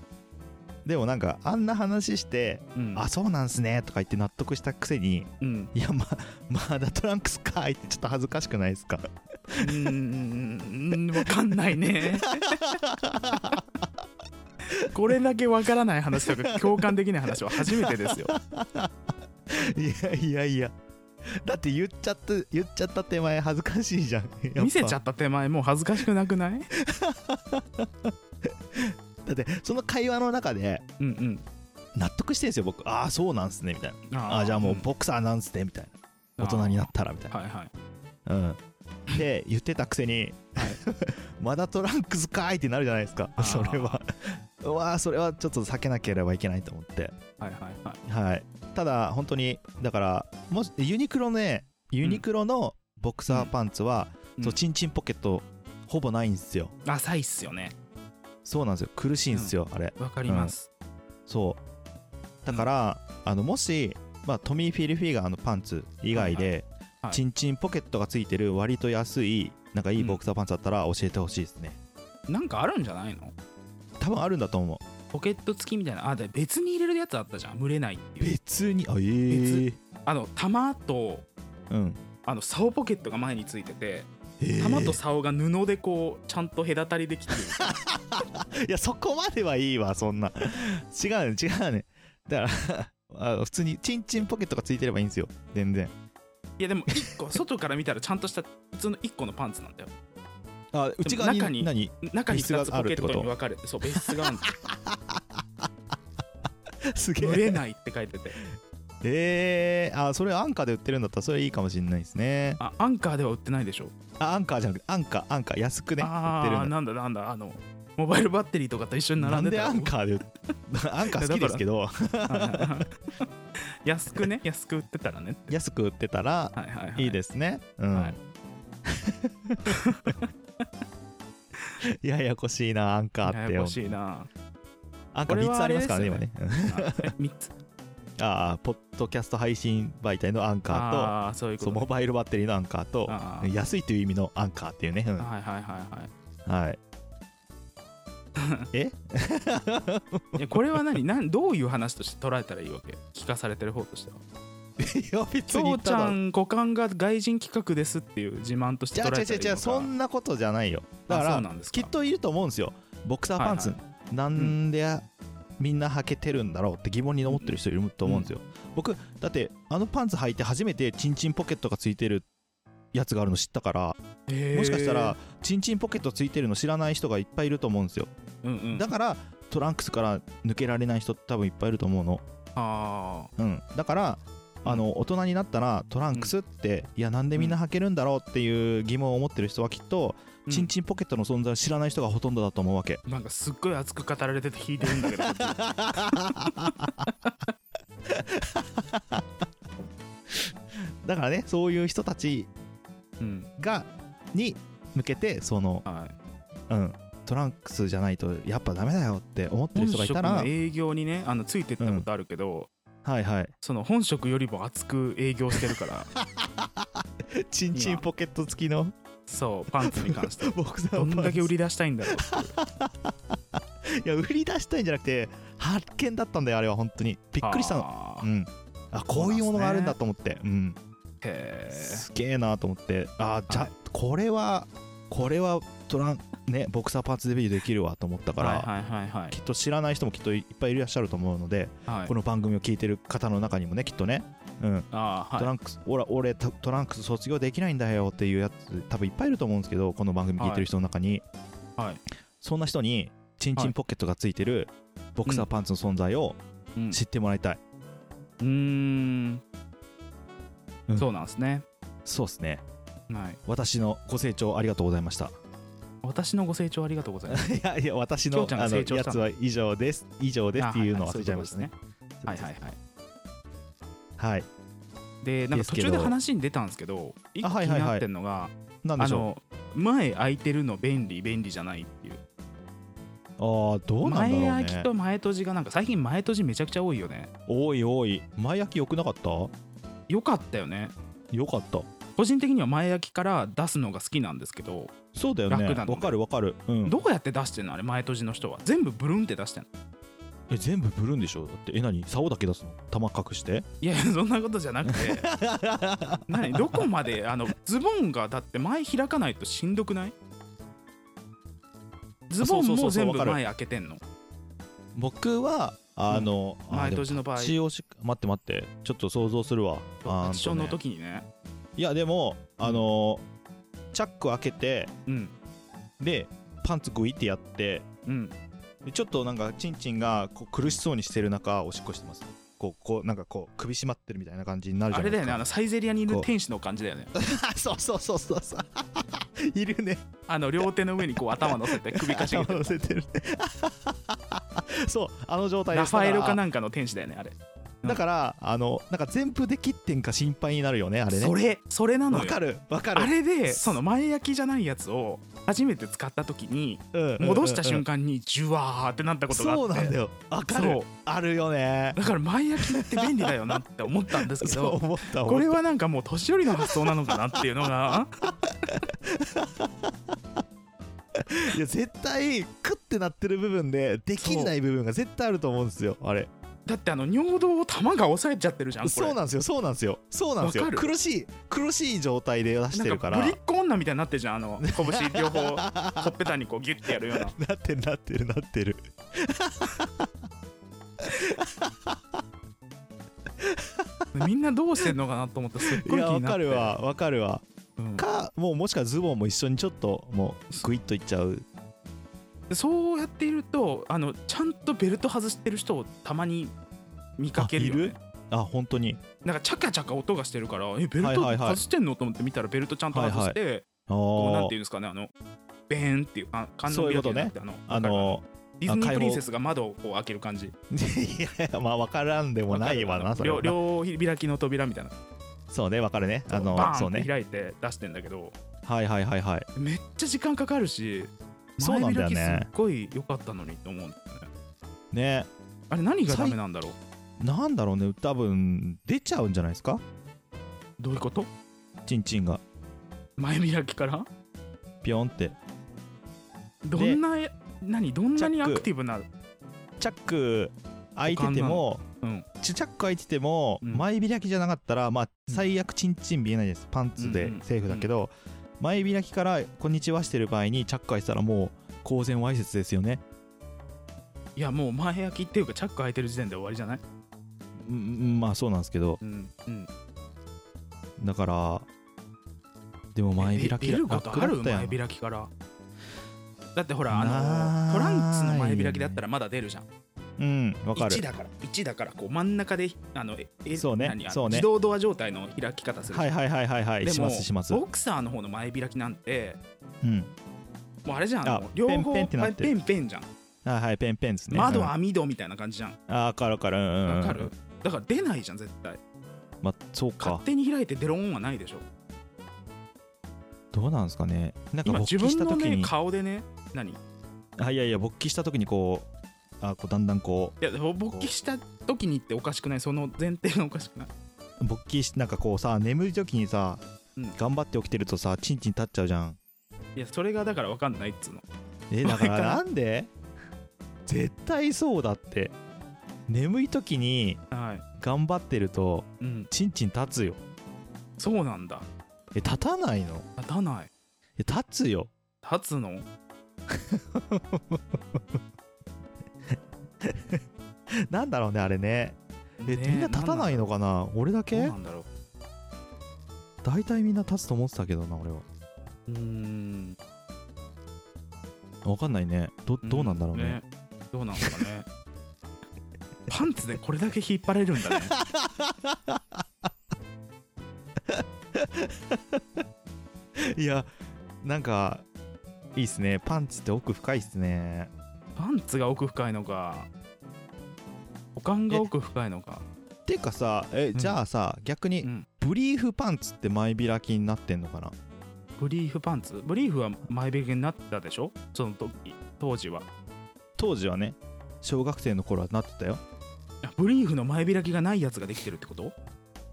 でもなんかあんな話して
うん
「あそうなんすね」とか言って納得したくせに
うん
いやままだトランクスかーいってちょっと恥ずかしくないですか
うーんわかんない ねこれだけわからない話とか共感できない話は初めてですよ
いやいやいやだって言っちゃった言っちゃった手前恥ずかしいじゃん
見せちゃ
っ
った手前もう恥ずかしくなくない
だってその会話の中で
うん
納得してんすよ僕ああそうなんすねみたいな
うん
ああーじゃあもうボクサーなんすねみたいな大人になったらみたいな
はいはい
うんで言ってたくせに、 まだトランクスかーいってなるじゃないですか
あー
それはうわーそれはちょっと避けなければいけないと思って
はいはいはい
はい、ただ本当にだからもしユニクロねユニクロのボクサーパンツは、
うん
そうチンチンポケットほぼないんですよ
浅いっすよね
そうなんですよ苦しいんですよ、あれ
わかります、
そうだから、あのもし、まあ、トミー・フィルフィーガーのパンツ以外で、
はい
チンチンポケットがついてる割と安いなんかいいボクサーパンツだったら教えてほしいですね、
なんかあるんじゃないの
多分あるんだと思う
ポケット付きみたいなあで別に入れるやつあったじゃん蒸れないっていう
別にあえー、
あの玉と
うん
あの竿ポケットが前についてて
えー
玉と竿が布でこうちゃんと隔たりできてる
いやそこまではいいわそんな違うね違うねだからあの普通にチンチンポケットがついてればいいんですよ全然
いやでも1個外から見たらちゃんとした普通の1個のパンツなんだよ
あ内側に
中に
何
中に
ベース
2
が
つ
あ
ポ
る
ケ
ってこ
ッ
と
トに分かれ てそうベースがあるんだ
すげ
蒸
え
れないって書いてて
えー、あそれアンカーで売ってるんだったらそれいいかもしれないですね
あアンカーでは売ってないでしょ
あアンカーじゃなくてアンカーアンカー安くね売っ
あ
てる
あ
んだ
なんだなんだあのモバイルバッテリーとかと一緒に
な
並
ん
んで
で
たら
アンカーで売っ アンカー好きですけど
安くね安く売ってたらね
安く売ってたら
はいはい、はい、
いいですね、うん、
はい
ややこしいなアンカーっ
や
て
やこしいな
アン
こ
カー
れ
3
は
つありますからね
あ
今
れで
ねうん
3つ
ああポッドキャスト配信媒体のアンカーと
あーそういうこ
そ
と
う
ね
モバイルバッテリーのアンカーと
あー
安いという意味のアンカーっていうね、うん
はいはいはいはい
はい、 え
いやこれは何なんどういう話として捉えたらいいわけ聞かされてる方としては。
いや別
そう
に
ち
ただ
ゃん股間が外人企画ですっていう自慢として
じゃ
捉
あ
えたらい
違
ういのか
違う違うそんなことじゃないよだか
あそう
ら
なんですか
きっといると思うんですよボクサーパンツ、
はい
なんで、みんな履けてるんだろうって疑問に思ってる人いると思うんですよ、僕だってあのパンツ履いて初めてチンチンポケットがついてるやつがあるの知ったから
へー
もしかしたらチンチンポケットついてるの知らない人がいっぱいいると思うんですよ
うんうん
だからトランクスから抜けられない人って多分いっぱいいると思うの、
あ
うん、だからあの大人になったらトランクスって、いやなんでみんな履けるんだろうっていう疑問を持ってる人はきっと、
ー
チンチンポケットの存在を知らない人がほとんどだと思うわけ
なんかすっごい熱く語られてて弾いてるんだ けど
だからねそういう人たち
うん
がに向けてその、
はい
うん、トランクスじゃないとやっぱダメだよって思ってる
本
人がい
職
たら
の営業にねあのついてったことあるけど、
はいはい
その本職よりも熱く営業してるから
チンチンポケット付きの
そうパンツに関して
ボクサーパ
ど
ンツ
んだけ売り出したいんだろう
いや売り出したいんじゃなくて発見だったんだよあれは本当にびっくりしたの
の
うんあこういうものがあるんだと思ってうん
へえ
すげえなと思ってあじゃ、
はい
これはこれはトランねボクサーパンツデビューできるわと思ったから、
はいはいはいはい
きっと知らない人もきっといっぱいいらっしゃると思うので、
はい
この番組を聞いてる方の中にもねきっとね、うん、
あー
トラ
はい
ンクス俺俺トトランクス卒業できないんだよっていうやつ多分いっぱいいると思うんですけどこの番組聞いてる人の中に、
はい
そんな人にチンチンポケットがついてるボクサーパンツの存在を
うん
知ってもらいたい、
うーん
うん
そうなんですね。
そうですね
はい。
私のご清聴ありがとうございました
私のご清聴ありがとうございます。
いやいや私の
きょうちゃんが
あの
成長
や
した
つは以上です以上です っていうのを忘れちゃいましたね
あ。はいはいそういうことですね
はいはい
で、なん
で
か
す
途
けど
中で話に出たんですけど、一個気
はいはいはい
になってんのが、
なんで
あ
しょ
の、前空いてるの便利、便利じゃないっていう。
うああどうなんだ
前
ろう
空き
ね
と前閉じが、なんか最近前閉じめちゃくちゃ多いよね。
多い多い前焼き良くなかった
よかったよね。
良かった
個人的には前空きから出すのが好きなんですけど、
そうだよね
楽な
わ
のね
かるわかるうん
どうやって出してんのあれ、前閉じの人は。全部ブルンって出してんの
え全部ブルーンでしょだってえ何竿だけ出すの玉隠して
いやいやそんなことじゃなく て何どこまであのズボンがだって前開かないとしんどくないズボン
そ
も
うそうそうそう
全
わ
部
かる
前開けてんの
僕はあの、あー
前
でも
閉じの場合
一応し待って待ってちょっと想像するわあーんとね
アクションの時にね
いやでもあのーチャック開けて
うん
でパンツグイってやって
うん
でちょっとなんかチンチンがこう苦しそうにしてる中おしっこしてますこうこうなんかこう首締まってるみたいな感じになるじ
あ
ゃ
れ
ない
だ
で
よ
す
ね
か
あのサイゼリアにい
こ
る
う
天使の 感じだよね
そうそうそうそうそういるね
あの両手の上に こう頭乗せて首かしげて
頭乗せてるね そうあの状態
ラファエロか
な
なんかの天使だよねあれ
だから、あのなんか全部で切ってんか心配になるよねあれね
それそれなの
わ
よ
かるわかる
あれでその前焼きじゃないやつを初めて使った時に戻した瞬
間
間にジュワーってなったことがあって
そうなんだよわかる
そう
あるよね
だから前焼きって便利だよなって思ったんですけ
そう
ど
思った
こ
思
れ
っ
はなんかもう年寄りの発想なのかなっていうのが
たいや絶対クッてなってる部分でできない部分が絶対あると思うんですよあれ
だってあの尿道を玉が押さえちゃってるじゃんこれ
そうなんですよそうなんですよそうなんですよ
わかる
苦しい苦しい状態で出してるから
なんかぶりっ子女みたいになってるじゃんあの拳両方ほっぺたにこうギュッてやるような
なってるなってるなってる
みんなどうしてんのかなと思ってすっ
い
ごい気
やわ
にな
か
って
るわわかるわ
うん
かもうもしかズボンも一緒にちょっともうグイッといっちゃう
でそうやっているとあのちゃんとベルト外してる人をたまに見かけるよ、ね、
あいるあ本当に
なんかチャカチャカ音がしてるからえベル
はい
ト
はいはい
外してんのと思って見たらベルトちゃんと外して、
あ
こうなん
ー
ていうんですかねあのベーンっていうあ観
そ
音
ういう
開き
こと
に
ね
なってあの
あの
ディズニー
あ開放
プリンセスが窓をこう開ける感じ
い やいやまあ分からんでもないわ
あの
なそれはな
両両開きの扉みたいな
そうね分かるねあの
バ
そう
ーンって
ね
開いて出してんだけど、
はいはいはいはい
めっちゃ時間かかるし
そうなんだよね
前開きすっごい良かったのにと思うんだよね
ね
あれ何がダメなんだろう
なんだろうね多分出ちゃうんじゃないですか
どういうこと
チンチンが
前開きから
ピョンって
どんな何どんなにアクティブな
チャック開いてても
うん
チャック開いてても
うん
前開きじゃなかったらまあ
うん
最悪チンチン見えないですパンツ
う
で
んうん
セーフだけど前開きから「こんにちは」してる場合にチャック開いてたらもう公然わいせつですよね
いやもう前開きっていうかチャック開いてる時点で終わりじゃない
うんうんまあそうなんですけど
うんうん
だからでも前
え
開き
出ることある
楽だよ
前
な
開きからだってほらあ
ないよ
の
ね
トランクスの前開きだったらまだ出るじゃん
うんわかる
1だから1だからこう真ん中であのええ
そうね
何あの
そうね
自動ドア状態の開き方する
はいはいはいはいはい
で
し
も
ますします
ボクサーの方の前開きなんて
うん
もうあれじゃん
あ
もう両方
ペンペンってなってる
ペンペンじゃん
はいはいペンペンですね
窓
うん
は網戸みたいな感じじゃん
あわかるわかるうんうんうん
わかるだから出ないじゃん絶対
まあそうか
勝手に開いてデロンはないでしょ
どうなんですかねなんか
今
勃
自
起
分
した
の
時
ね
に
顔でね何い
あいやいや勃起した時にこうあこうだんだんこ
や勃起した時にっておかしくないその前提がおかしくないう
勃起しなんかこうさ眠い時にさ、
うん
頑張って起きてるとさチンチン立っちゃうじゃん
いやそれがだからわかんないっつうの
えだか
わか
ら
る
なんで絶対そうだって眠い時に
はい
頑張ってると
うん
チンチン立つよ
そうなんだ
え立たないの
立たない
え立つよ
立つの
なんだろうねあれねえ
ね
みんな立たないのかな俺だ
どう
け
なんだろ
大体みんな立つと思ってたけどな俺は
ううーん
分かんないねどどうなんだろうね,、
どうなんだろうね パンツでこれだけ引っ張れるんだ ね
いやなんかいいっすねパンツって奥深いっすね
パンツが奥深いのか股間が奥深いのか
てかさえ
うん
じゃあさ、逆
う
に
ん
ブリーフパンツって前開きになってんのかな
ブリーフパンツブリーフは前引きになったでしょその時当時は
当時はね小学生の頃はなってたよ
あブリーフの前開きがないやつができてるってこと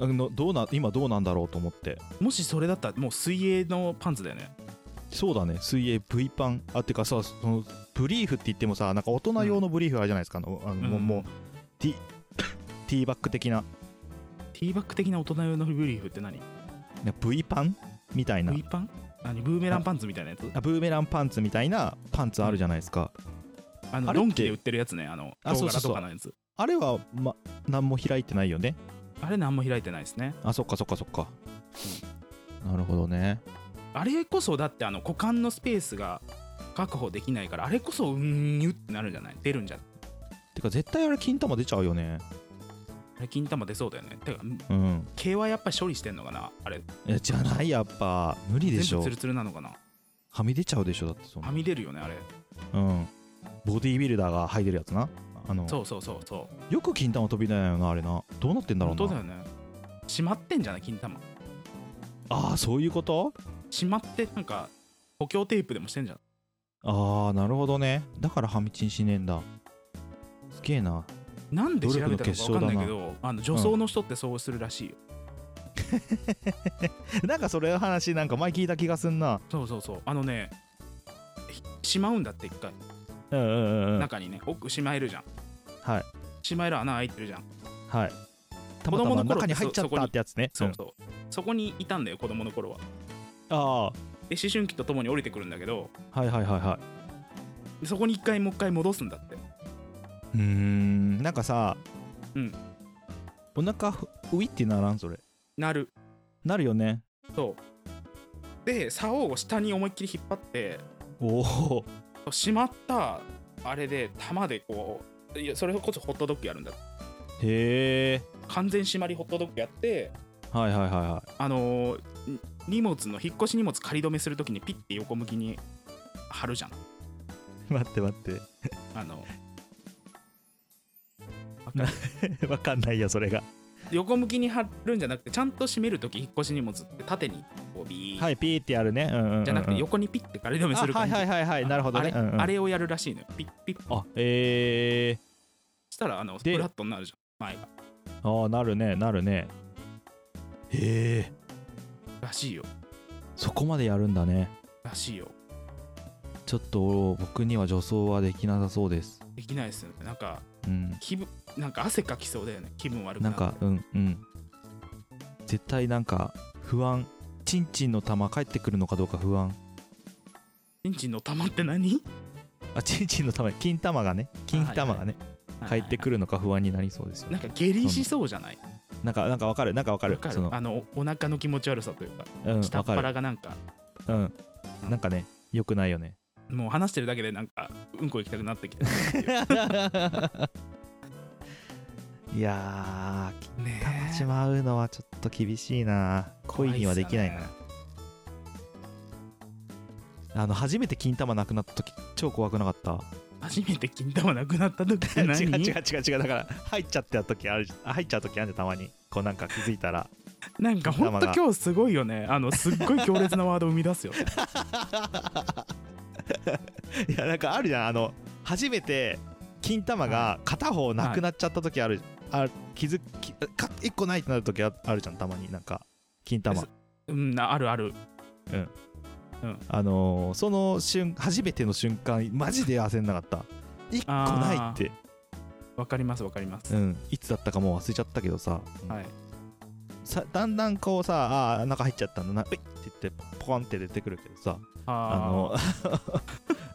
あのどうな今どうなんだろうと思って
もしそれだったらもう水泳のパンツだよね
そうだね水泳 V パンあてかさそのブリーフって言ってもさなんか大人用のブリーフあるじゃないですか、あのあのもう
うん
もうティティーバッグ的な
ティーバック的な大人用のブリーフって何
ね V パンみたいな
V パン何ブーメランパンツみたいなやつ
あブーメランパンツみたいなパンツあるじゃないですか、
あの
あれっ
ド
て
ンキで売ってるやつねあの
あ
唐
そう
辛
そうそう
とかのやつ
あれは、ま、何も開いてないよね
あれ何も開いてないですね
あそっかそっかそっか、なるほどね
あれこそだってあの股間のスペースが確保できないからあれこそうーんにゅってなるんじゃない出るんじゃない
てか絶対あれ金玉出ちゃうよね
あれ金玉出そうだよねてか
うん
毛はやっぱ処理してんのかなあれ
えじゃないやっぱ無理でし
全部
ょ
ツルツルなのかな
はみ出ちゃうでしょだってそんな
はみ出るよねあれ
うんボディービルダーが履いてるやつなあの
そうそうそうそう
よく金玉飛び出ないよなあれなどうなってんだろ
本当
う
だ
な
よね閉まってんじゃない金玉
ああそういうこと
閉まってなんか補強テープでもしてんじゃん
ああなるほどねだからハミチンしねえんだすげえな
なんで調べたのか分かんないけ
努
どあの女装の人ってそうするらしいよ、
なんかそれの話なんか前聞いた気がすんな
そうそうそうあのねひしまうんだって一回
うんうんうんうん
中にね奥しまえるじゃん
はい
しまえる穴開いてるじゃん
はいた
子
また
供
ま
の頃
中に入っちゃ
そそ
っ
こ
た
に
ってやつね
そう
うん
そう、そこにいたんだよ子供の頃は
あ
で思春期とともに降りてくるんだけど
あはいはいはいはい
でそこに一回もう一回戻すんだって
うーんなんかさ、
うん、
お腹ふういってならんそれ
なる
なるよね
そうで竿を下に思いっきり引っ張って
おお
しまったあれで玉でこういやそれこそホットドッグやるんだって
へえ
完全締まりホットドッグやって
はいはいはいは
あのーん荷物の引っ越し荷物仮止めするときにピッて横向きに貼るじゃん
い待って待って
あの
わかんないよそれが
横向きに貼るんじゃなくてちゃんと締めるとき引っ越し荷物って縦にこうビーッ
はいピーってやるねうんうんうんうん
じゃなくて横にピッて仮止めする
あは
感
い
じ
はいはいはいなるほどね
あれ,、
うんうん
あれをやるらしいのよピッピッ
あえー、
したらあのフ
で
ラットになるじゃん前が
ああなるねなるねへえ
らしいよ
そこまでやるんだね
らしいよ
ちょっと僕には女装はできなさそうです
できないですよねなんか
うん
気分なんか汗かきそうだよね気分悪くな
な
んって
かうんうん絶対なんか不安チンチンの玉返ってくるのかどうか不安
チンチンの玉って何
あチンチンの玉金玉がね金玉がね返ってく
る
るのか不安になりそうですよ
なん
ね
か下痢しそうじゃない
なんかなんかわかるなんかわか
わ
る
か
その
るあのお腹の気持ち悪さというか
うん
下
わ
っ腹
か
がなんか
るうんなんかね良くない よね
もう話してるだけでなんかうんこ行きたくなってき た
いやー
ね
金玉まうのはちょっと厳しいな恋にはできないな
怖いっ
あの初めて金玉なくなった時超怖くなかった
初めて金玉なくなった時って
違う
何
違う違う違うだから入っちゃった時あるあ入っちゃう時あるんでたまにこうなんか気づいたら
なんかほんと今日すごいよねあのすっごい強烈なワードを生み出す よね
いやなんかあるじゃんあの初めて金玉が片方なくなっちゃった時ある、あ気づきか一個ないってなる時ああるじゃんたまになんか金
で
玉
すうんあるある
あのーその瞬初めての瞬間マジで焦んなかった一個ないって
わかりますわかります、
うんいつだったかもう忘れちゃったけどさ,、
はい
さだんだんこうさあー中入っちゃったんだなういって言ってポコンって出てくるけどさあ
あ
の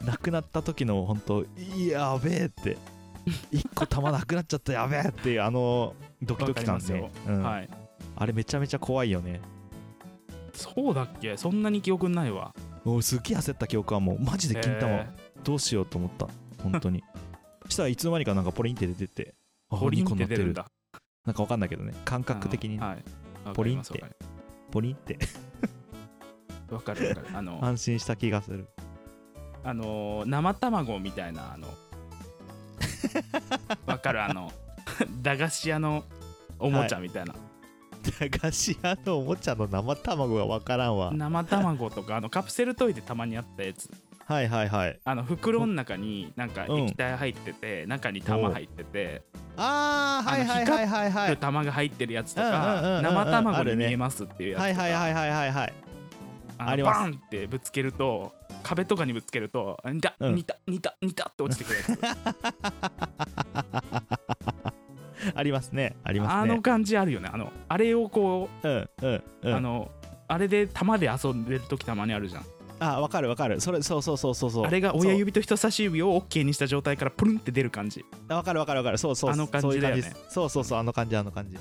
亡くなった時の本当いややべ えって一個玉なくなっちゃったやべえっていうあのドキドキ感
わ
ね
か、
う
あ
ん
はい
あれめちゃめちゃ怖いよね
そうだっけそんなに記憶ないわ
もうすっげえ焦った記憶はもうマジで金玉、
え
どうしようと思った本当に したらいつの間にかなんかポリンって出ててあ
ーポリン
二個
っ
な
て出るんだ
なんかわかんないけどね感覚的に
あのはいわか
ポリ
り
ン
ま
っ
す
てポリンって
わかるわかるあの
安心した気がする
あのー生卵みたいなあ のわかるあの駄菓子屋のおもちゃみたいな、
駄菓子屋のおもちゃの生卵がわからんわ
生卵とかあのカプセルトイでたまにあったやつ
はいはいはい
あの袋の中になんか
うん
液体入ってて、中に玉入ってて、
あーはいはいはいはいはい
玉が入ってるやつと
うんうんうんう
か
ん
生
あ
卵に
るね
見えますっていうやつとか、
はいはいはいはいはいはい
あの
あります
バンってぶつけると壁とかにぶつけると「似た
うん
似た似た似た」って落ちてくる やつ
ありますねありま
あ
す
の
ね
感じあるよねあのあれをこ
うんうん
う、
う
あ
ん
のあれで玉で遊んでる時たまにあるじゃん
あわかるわかるそれそうそうそうそうそう
あれが親指と人差し指を OK にした状態からプルンって出る感じ
あわかるわかるわかるそうそう
あの感じ
そういう
だよね
ですそうそうそうあの感じあの感じ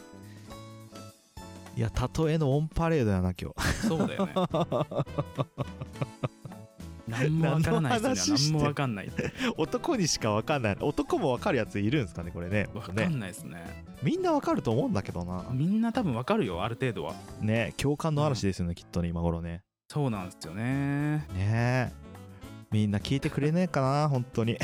いや例えのオンパレードやな今日
そうだよね何もわからないですね
何の話して
何
ん
もわかんない
男にしかわかんない男もわかるやついるんですかねこれね
わか
ね
んないですね
みんなわかると思うんだけどな
みんな多分わかるよある程度は
ね共感の嵐ですよね、きっとね今頃ね
そうなんですよね
ねえみんな聞いてくれねえかな本当に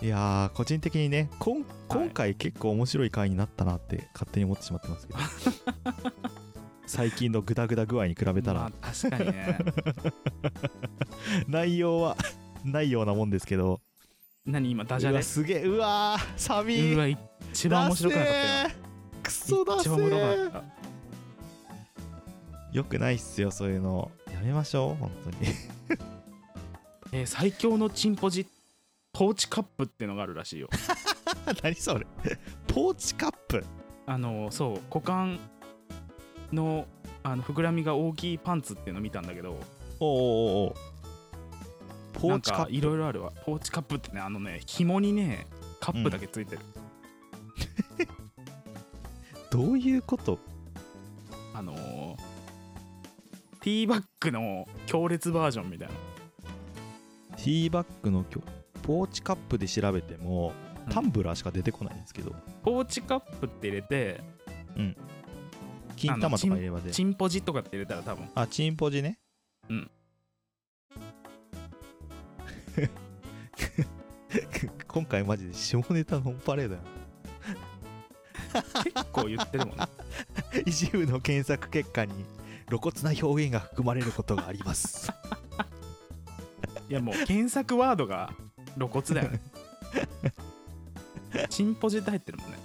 いいやー個人的にねこん今回結構面白い回になったなって勝手に思ってしまってますけ ど最近のグダグダ具合に比べたら、
まあ確かに ね
内容はないようなもんですけど
何今ダジャ
う
レ
わすげえうわーサビ
うわ一番面白くなかったよ
よクソだ
一
せ
番面白か
ー
っ
よくないっすよそういうのやめましょう本当に
た、えー最強のチンポジポーチカップってのがあるら しいよ
何それ ポーチカップ
あのそう股間のあの膨らみが大きいパンツっていうの見たんだけど
おうおうおうおうポーチカ
なん
ッ
か
プ
いろいろあるわポーチカップってねあのね紐にねカップだけついてる、
どういうこと
あのーティーバッグの強烈バージョンみたいな
ティーバッグの今日ポーチカップで調べても
うん
タンブラーしか出てこないんですけど、
ポーチカップって入れて
金玉とか入れまで
チンポジとかって入れたら多分
あチンポジね
うん
今回マジで下ネタのオンパレードやな
結構言ってるもんね
一部の検索結果に露骨な表現が含まれることがあります
いやもう検索ワードが露骨だよねチンポジって入ってるもんね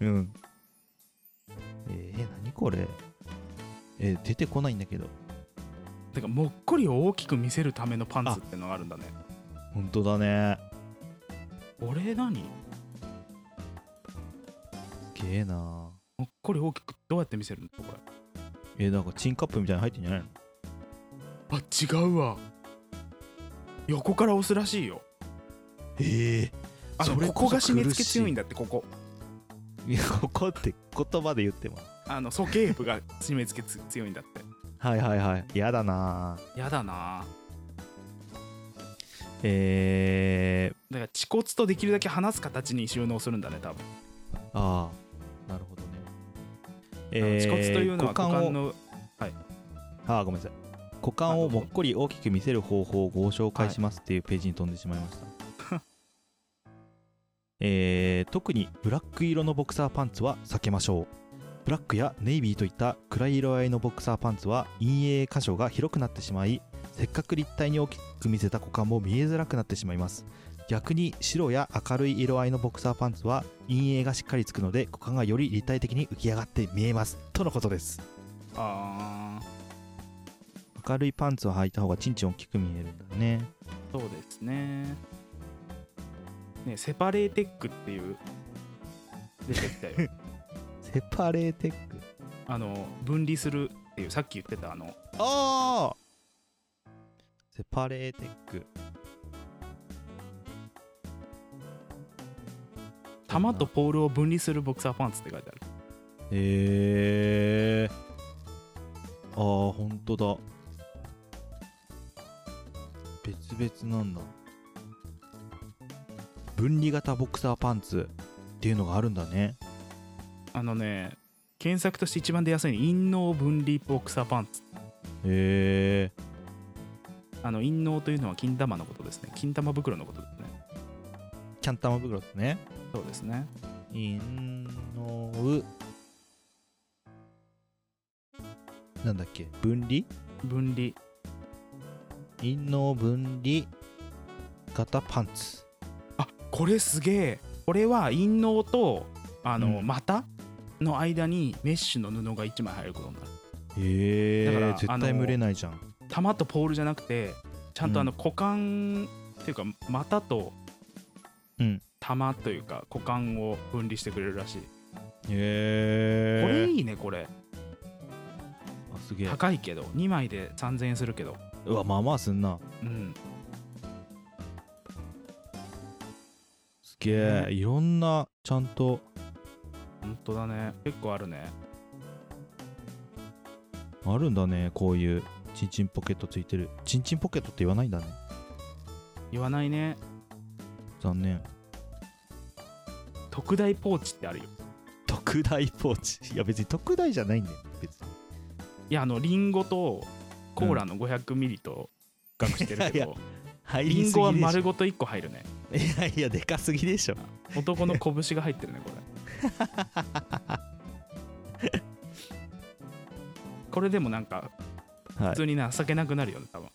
うんえー、何これえー出てこないんだけど
てかもっこりを大きく見せるためのパンツってのがあるんだね
本当だね
俺何
すげえな
もっこり大きくどうやって見せるんだろうこ
えー、なんかチンカップみたいに入ってんじゃないの
れあ違うわ横から押すらしいよ
ええ
あの
それ
こ
こそ
こが締め付
苦
け
しい
強いんだってここ
いやここって言葉で言っても
あの鼠径部が締め付けつ強いんだって
はいはいはいやだな
やだな
えー、
だから恥骨とできるだけ離す形に収納するんだね多分、
ああなるほどねえ
あの恥骨というのは股
股間
間
を
の
あーごめんなさい股間をもっこり大きく見せる方法をご紹介しますっていうページに飛んでしまいました、えー特にブラック色のボクサーパンツは避けましょうブラックやネイビーといった暗い色合いのボクサーパンツは陰影箇所が広くなってしまいせっかく立体に大きく見せた股間も見えづらくなってしまいます逆に白や明るい色合いのボクサーパンツは陰影がしっかりつくので股間がより立体的に浮き上がって見えますとのことです
あー
明るいパンツを履いた方がチンチン大きく見えるんだね
そうですねねセパレーテックっていう出てきたよ
セパレーテック
あの分離するっていうさっき言ってたあの
ああセパレーテック
玉とポールを分離するボクサーパンツって書いてある
へえああほんとだ別々なんだ分離型ボクサーパンツっていうのがあるんだね
あのね検索として一番出やすいのは陰嚢分離ボクサーパンツ
へえ
あの陰嚢というのは金玉のことですね金玉袋のことですね
キャン玉袋ですね
そうですね
いのうなんだっけ分離
分離
陰の分離型パンツ
あこれすげえこれは陰嚢とあの、
うん
股の間にメッシュの布が1枚入ることになる
へ
だから
え絶
あの
対蒸れないじゃん
玉とポールじゃなくてちゃんとあの股間っていうか股と
うん
玉というか股間を分離してくれるらしい、
へ
これ
え
いいねこれ
あすげえ
高いけど2枚で3000円するけど
うわまあまあすんな
うん
すげ
ね
えいろんなちゃんと
本当だね結構あるね
あるんだねこういうチンチンポケットついてるチンチンポケットって言わないんだね
言わないね
残念
特大ポーチってあるよ
特大ポーチいや別に特大じゃないんだよ別に
いやあのリンゴとコーラの500ミリと合格してるけど、
いやいや入
リ
り
ン
す
ゴ
ぎ
は
でしょ
丸ごと1個入るね
いやいやでかすぎでしょ
男の拳が入ってるねこれ これでもなんか
は
普
い
通にな避けなくなるよね多分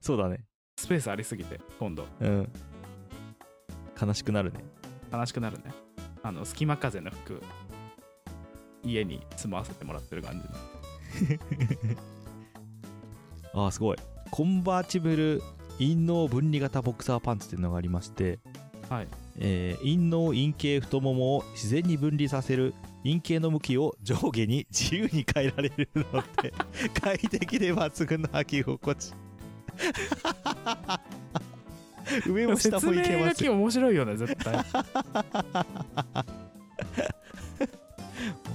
そうだね
スペースありすぎて今度
うん悲しくなるね
悲しくなるねあの隙間風の服家に住まわせてもらってる感じの
あーすごいコンバーチブル陰嚢分離型ボクサーパンツっていうのがありまして、
はい
えー陰嚢陰茎太ももを自然に分離させる陰茎の向きを上下に自由に変えられるの で快適で抜群の履き心地上も下もいけます
説明書き面白いよね絶対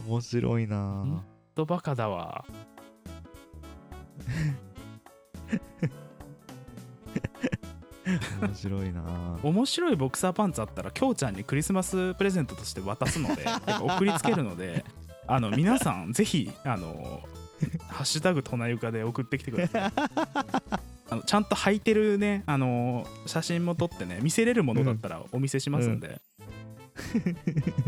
面白いな
本とバカだわ
ぁ面白いなぁ
面白いボクサーパンツあったらきょうちゃんにクリスマスプレゼントとして渡すのでてか送りつけるのであの皆さんぜひあの「ハッシュタグとなゆか」で送ってきてくださいあのちゃんと履いてるねあの写真も撮ってね見せれるものだったらお見せしますんで、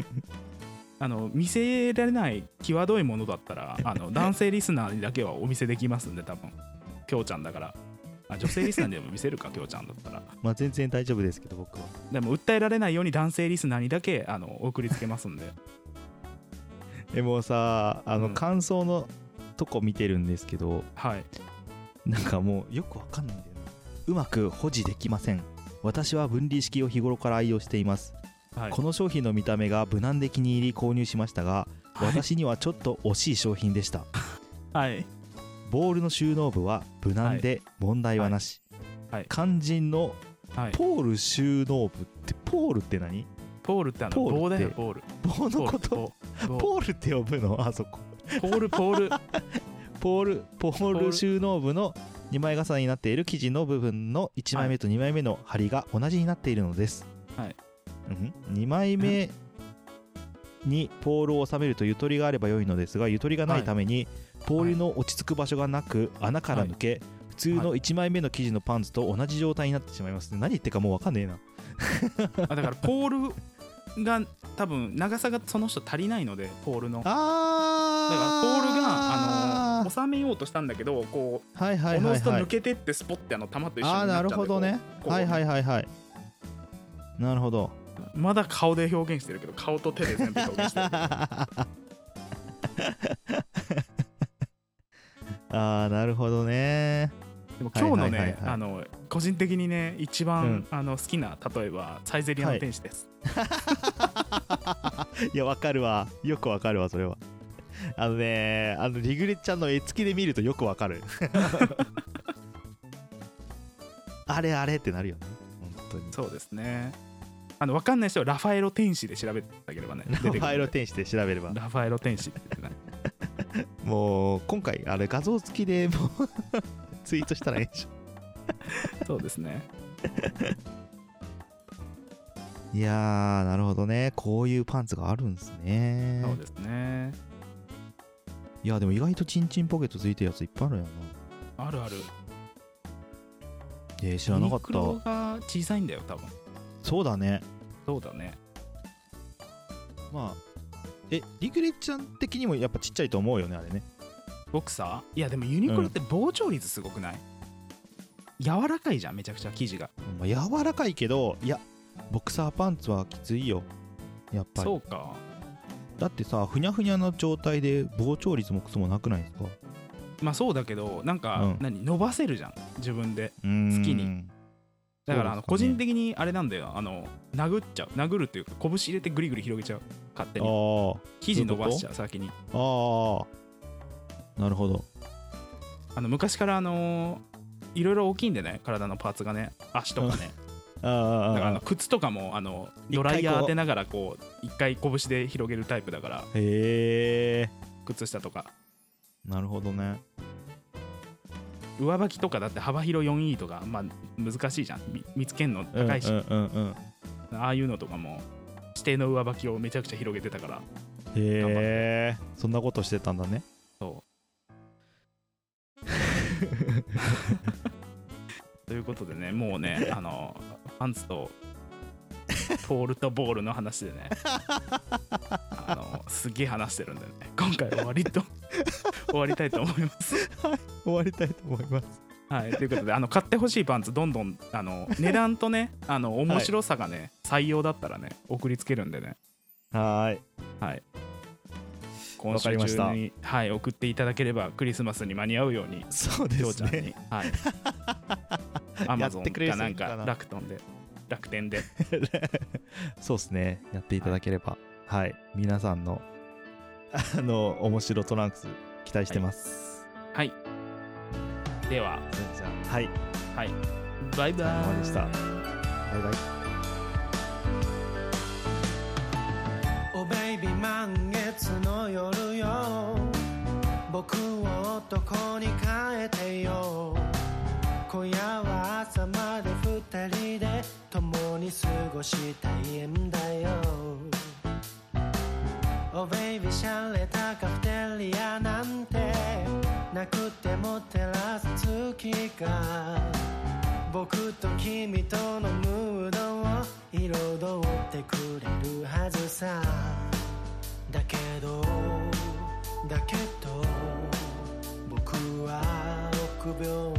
あの見せられない際どいものだったらあの男性リスナーにだけはお見せできますんで多分きょうちゃんだからあ女性リスナーにでも見せるかきょうちゃんだったら
まあ全然大丈夫ですけど僕は
でも訴えられないように男性リスナーにだけあの送りつけますん で
でもさあの
うん
感想のとこ見てるんですけど、
はい
なんかもうよくわかんないんだよなうまく保持できません私は分離式を日頃から愛用しています、
はい
この商品の見た目が無難で気に入り購入しましたが、私にはちょっと惜しい商品でした
はい
ボールの収納部は無難で問題はなし、
はいはい
肝心の
はい
ポール収納部ってポールって何
ポールってあの
ポール
棒だよ
って
ポール
棒
ポ
の
ー
こ
ル
と
棒棒
ポールって呼ぶのあそこ
ポールポール
ポールポール収納部の2枚重ねになっている生地の部分の1枚目と2枚目の針が同じになっているのです、
はい
うん、2枚目にポールを収めるとゆとりがあれば良いのですがゆとりがないためにポールの落ち着く場所がなく穴から抜け、普通の1枚目の生地のパンツと同じ状態になってしまいます何言ってるかもう分かんねえな
あだからポールが多分長さがその人足りないのでポールのだか
あ
らポールがあの
が
収めようとしたんだけどこう
あのはいは
お
い
の
はい
ずと
はい
抜けてってスポッてあの玉と一緒
ああ
にな
な
っ
る
ちゃうん
ほ
でこ
ど
う
ね
こう
はいはいはいはいなるほど
まだ顔で表現してるけど顔と手で全部 表現してる
ああなるほどね
でも今日の
はいはいはい
ね
はい
あの個人的にね一番あの好きな例えばサイゼリア
は
の
い
天使です
いやわかるわよくわかるわそれはあのねあのリグレちゃんの絵付きで見るとよくわか るあれあれってなるよね本当に
そうですね。あの、わかんない人はラファエロ天使で調べていただければね。
ラファエロ
天
天使で調べれば
使。ラファエロ天使って言ってね
もう今回あれ画像付きでもう ツイートしたらいいでし
そうですね。
ょいやーなるほどねこういうパンツがあるんですね
そうですね。
いやでも意外とチンチンポケットついてるやついっぱいあるよな
あるある。
えー知らなかっ
ユニクロ
た
が小さいんだよ、多分。
そうだね
そうだね。
まあえリグレちゃん的にもやっぱちっちゃいと思うよねあれね
ボクサーいや、でもユニクロって膨張率すごくない、柔らかいじゃん、めちゃくちゃ生地が。
まあ、柔らかいけどいやボクサーパンツはきついよやっぱ
そ
り
うか。
だってさふにゃふにゃの状態で膨張率もクソもなくないですか好
まあそうだけど、なんか、
うん
何伸ばせるじゃん、自分で。きにだから、あの
そ
個
うですかね
人的にあれなんだよ、あの、殴っちゃう。殴るっていうか、拳入れてぐりぐり広げちゃう。勝手
あ
に。
ー
生地伸ばしちゃう、先に。
あーなるほど
あの昔からあのーいろいろ大きいんでね体のパーツがね足とか ね
あー
だからあ
あーあ
の靴とかもあのドライヤー当てながらこう一回拳で広げるタイプだから
ーへえ
靴下とか
なるほどね
上履きとかだって幅広 4E とかまあ難しいじゃんみ見つけんの高いし、
うんうんうんうん
ああいうのとかも指定の上履きをめちゃくちゃ広げてたから
へえそんなことしてたんだね
そうというこことでね、もう ね、あの、パンツと、ポールとボールの話でね、あの、すげえ話してるんでね、今回終わりと、終わりたいと思います。
終わりたいと思います。
はい、ということで、あの、買ってほしいパンツ、どんどん、あの、値段とね、あの、面白さがね、採用だったらね、送りつけるんでね、
はーい。
はい。今
わか
週
りまし
中
た
に、はい、送っていただければ、クリスマスに間に合うように、
そうで
りょう
す
ちゃんに
ね。。
はい。ア
や
マ
っ
ゾン
てくれる
か
人
ないん
るかな
か楽天で、楽天で。
そうですね。やっていただければ。はい。皆さんの、あの、面白トランクス、期待してます。
はい。では、
じゃあ、はい。
はい。バイ
お
バー
疲れ様
イ
で。した。バイバイ。
おベイビー満月の夜よ僕を男に変えてよ今夜は朝まで二人で共に過ごしたいんだよおベイビーシャレたカフェテリアなんてなくても照らす月が僕と君とのムードを彩ってくれるはずさだけどだけど僕は臆病